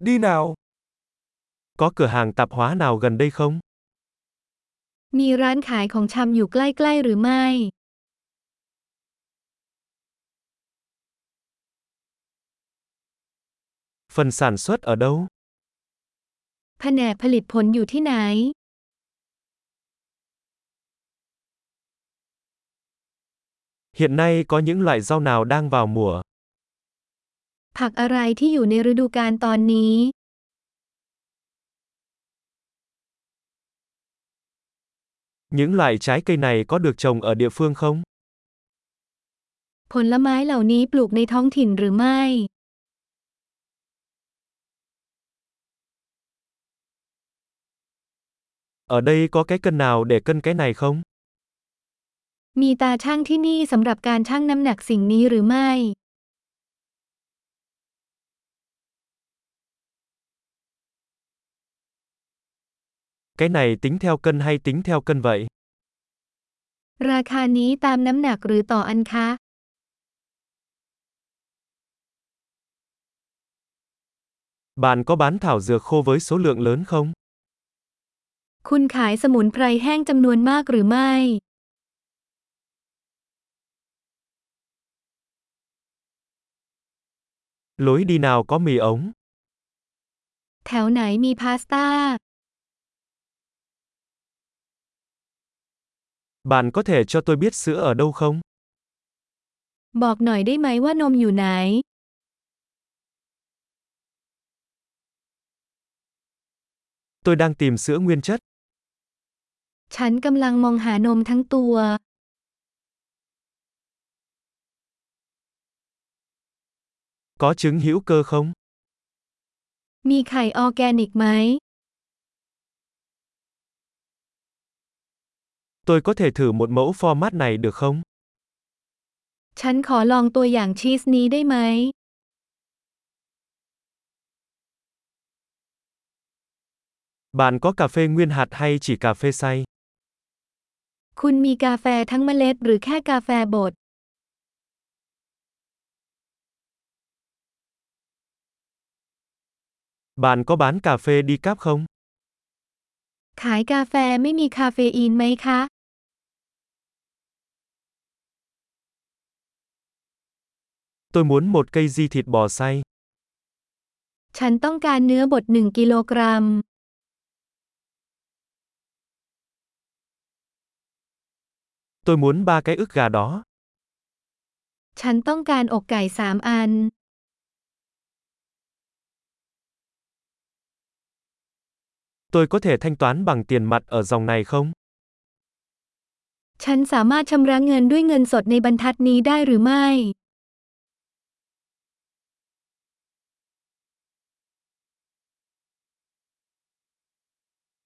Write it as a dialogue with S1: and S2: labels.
S1: đi nào. Có cửa hàng tạp hóa nào gần đây không?
S2: มีร้านขายของชำอยู่ใกล้ๆหรือไม่
S1: Phần sản xuất ở đâu?
S2: แผนกผลิตผลอยู่ที่ไหน
S1: Hiện nay có những loại rau nào đang vào mùa?
S2: ผักอะไรที่อยู่ในฤดูกาลตอนนี้
S1: Những loại trái cây này có được trồng ở địa phương không?
S2: ผลไม้เหล่านี้ปลูกในท้องถิ่นหรือไม่
S1: Ở đây có cái cân nào để cân cái này không?
S2: มีตาช่างที่นี่สำหรับการชั่งน้ำหนักสิ่งนี้หรือไม่
S1: Cái này tính theo cân hay tính theo cân vậy?
S2: ราคานี้ตามน้ำหนักหรือต่ออันคะ
S1: Bạn có bán thảo dược khô với số lượng lớn không?
S2: คุณขายสมุนไพรแห้งจำนวนมากหรือไม่
S1: Lối đi nào có mì ống?
S2: แถวไหนมีพาสต้า
S1: Bạn có thể cho tôi biết sữa ở đâu không?
S2: บอกหน่อยได้ไหมว่านมอยู่ไหน
S1: Tôi đang tìm sữa nguyên chất.
S2: ฉันกำลังมองหานมทั้งตัว
S1: Có trứng hữu cơ không?
S2: มีไข่ออร์แกนิกไหม
S1: Tôi có thể thử một mẫu format này được không?
S2: ฉันขอลองตัวอย่างชีสนี้ได้ไหม
S1: Bạn có cà phê nguyên hạt hay chỉ cà phê xay?
S2: คุณมีกาแฟทั้งเมล็ดหรือแค่กาแฟบด
S1: Bạn có bán cà phê đi cáp không?
S2: ขายกาแฟไม่มีคาเฟอีนไหมคะ
S1: Tôi muốn một cây di thịt bò xay.
S2: ฉันต้องการเนื้อบด1กิโลกรัม
S1: Tôi muốn ba cái ức gà đó.
S2: ฉันต้องการอกไก่ 3 อัน
S1: Tôi có thể thanh toán bằng tiền mặt ở dòng này không?
S2: ฉันสามารถชำระเงินด้วยเงินสดในบรรทัดนี้ได้หรือไม่